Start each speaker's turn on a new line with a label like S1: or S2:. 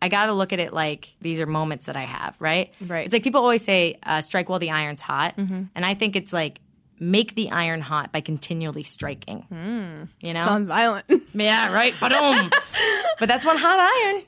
S1: I got to look at it like these are moments that I have, right?
S2: Right. Mm-hmm.
S1: It's like people always say, uh, strike while the iron's hot. And I think it's like, make the iron hot by continually striking. You know?
S2: Hmm. Sounds violent.
S1: yeah, right? Ba-dum. but that's one hot iron.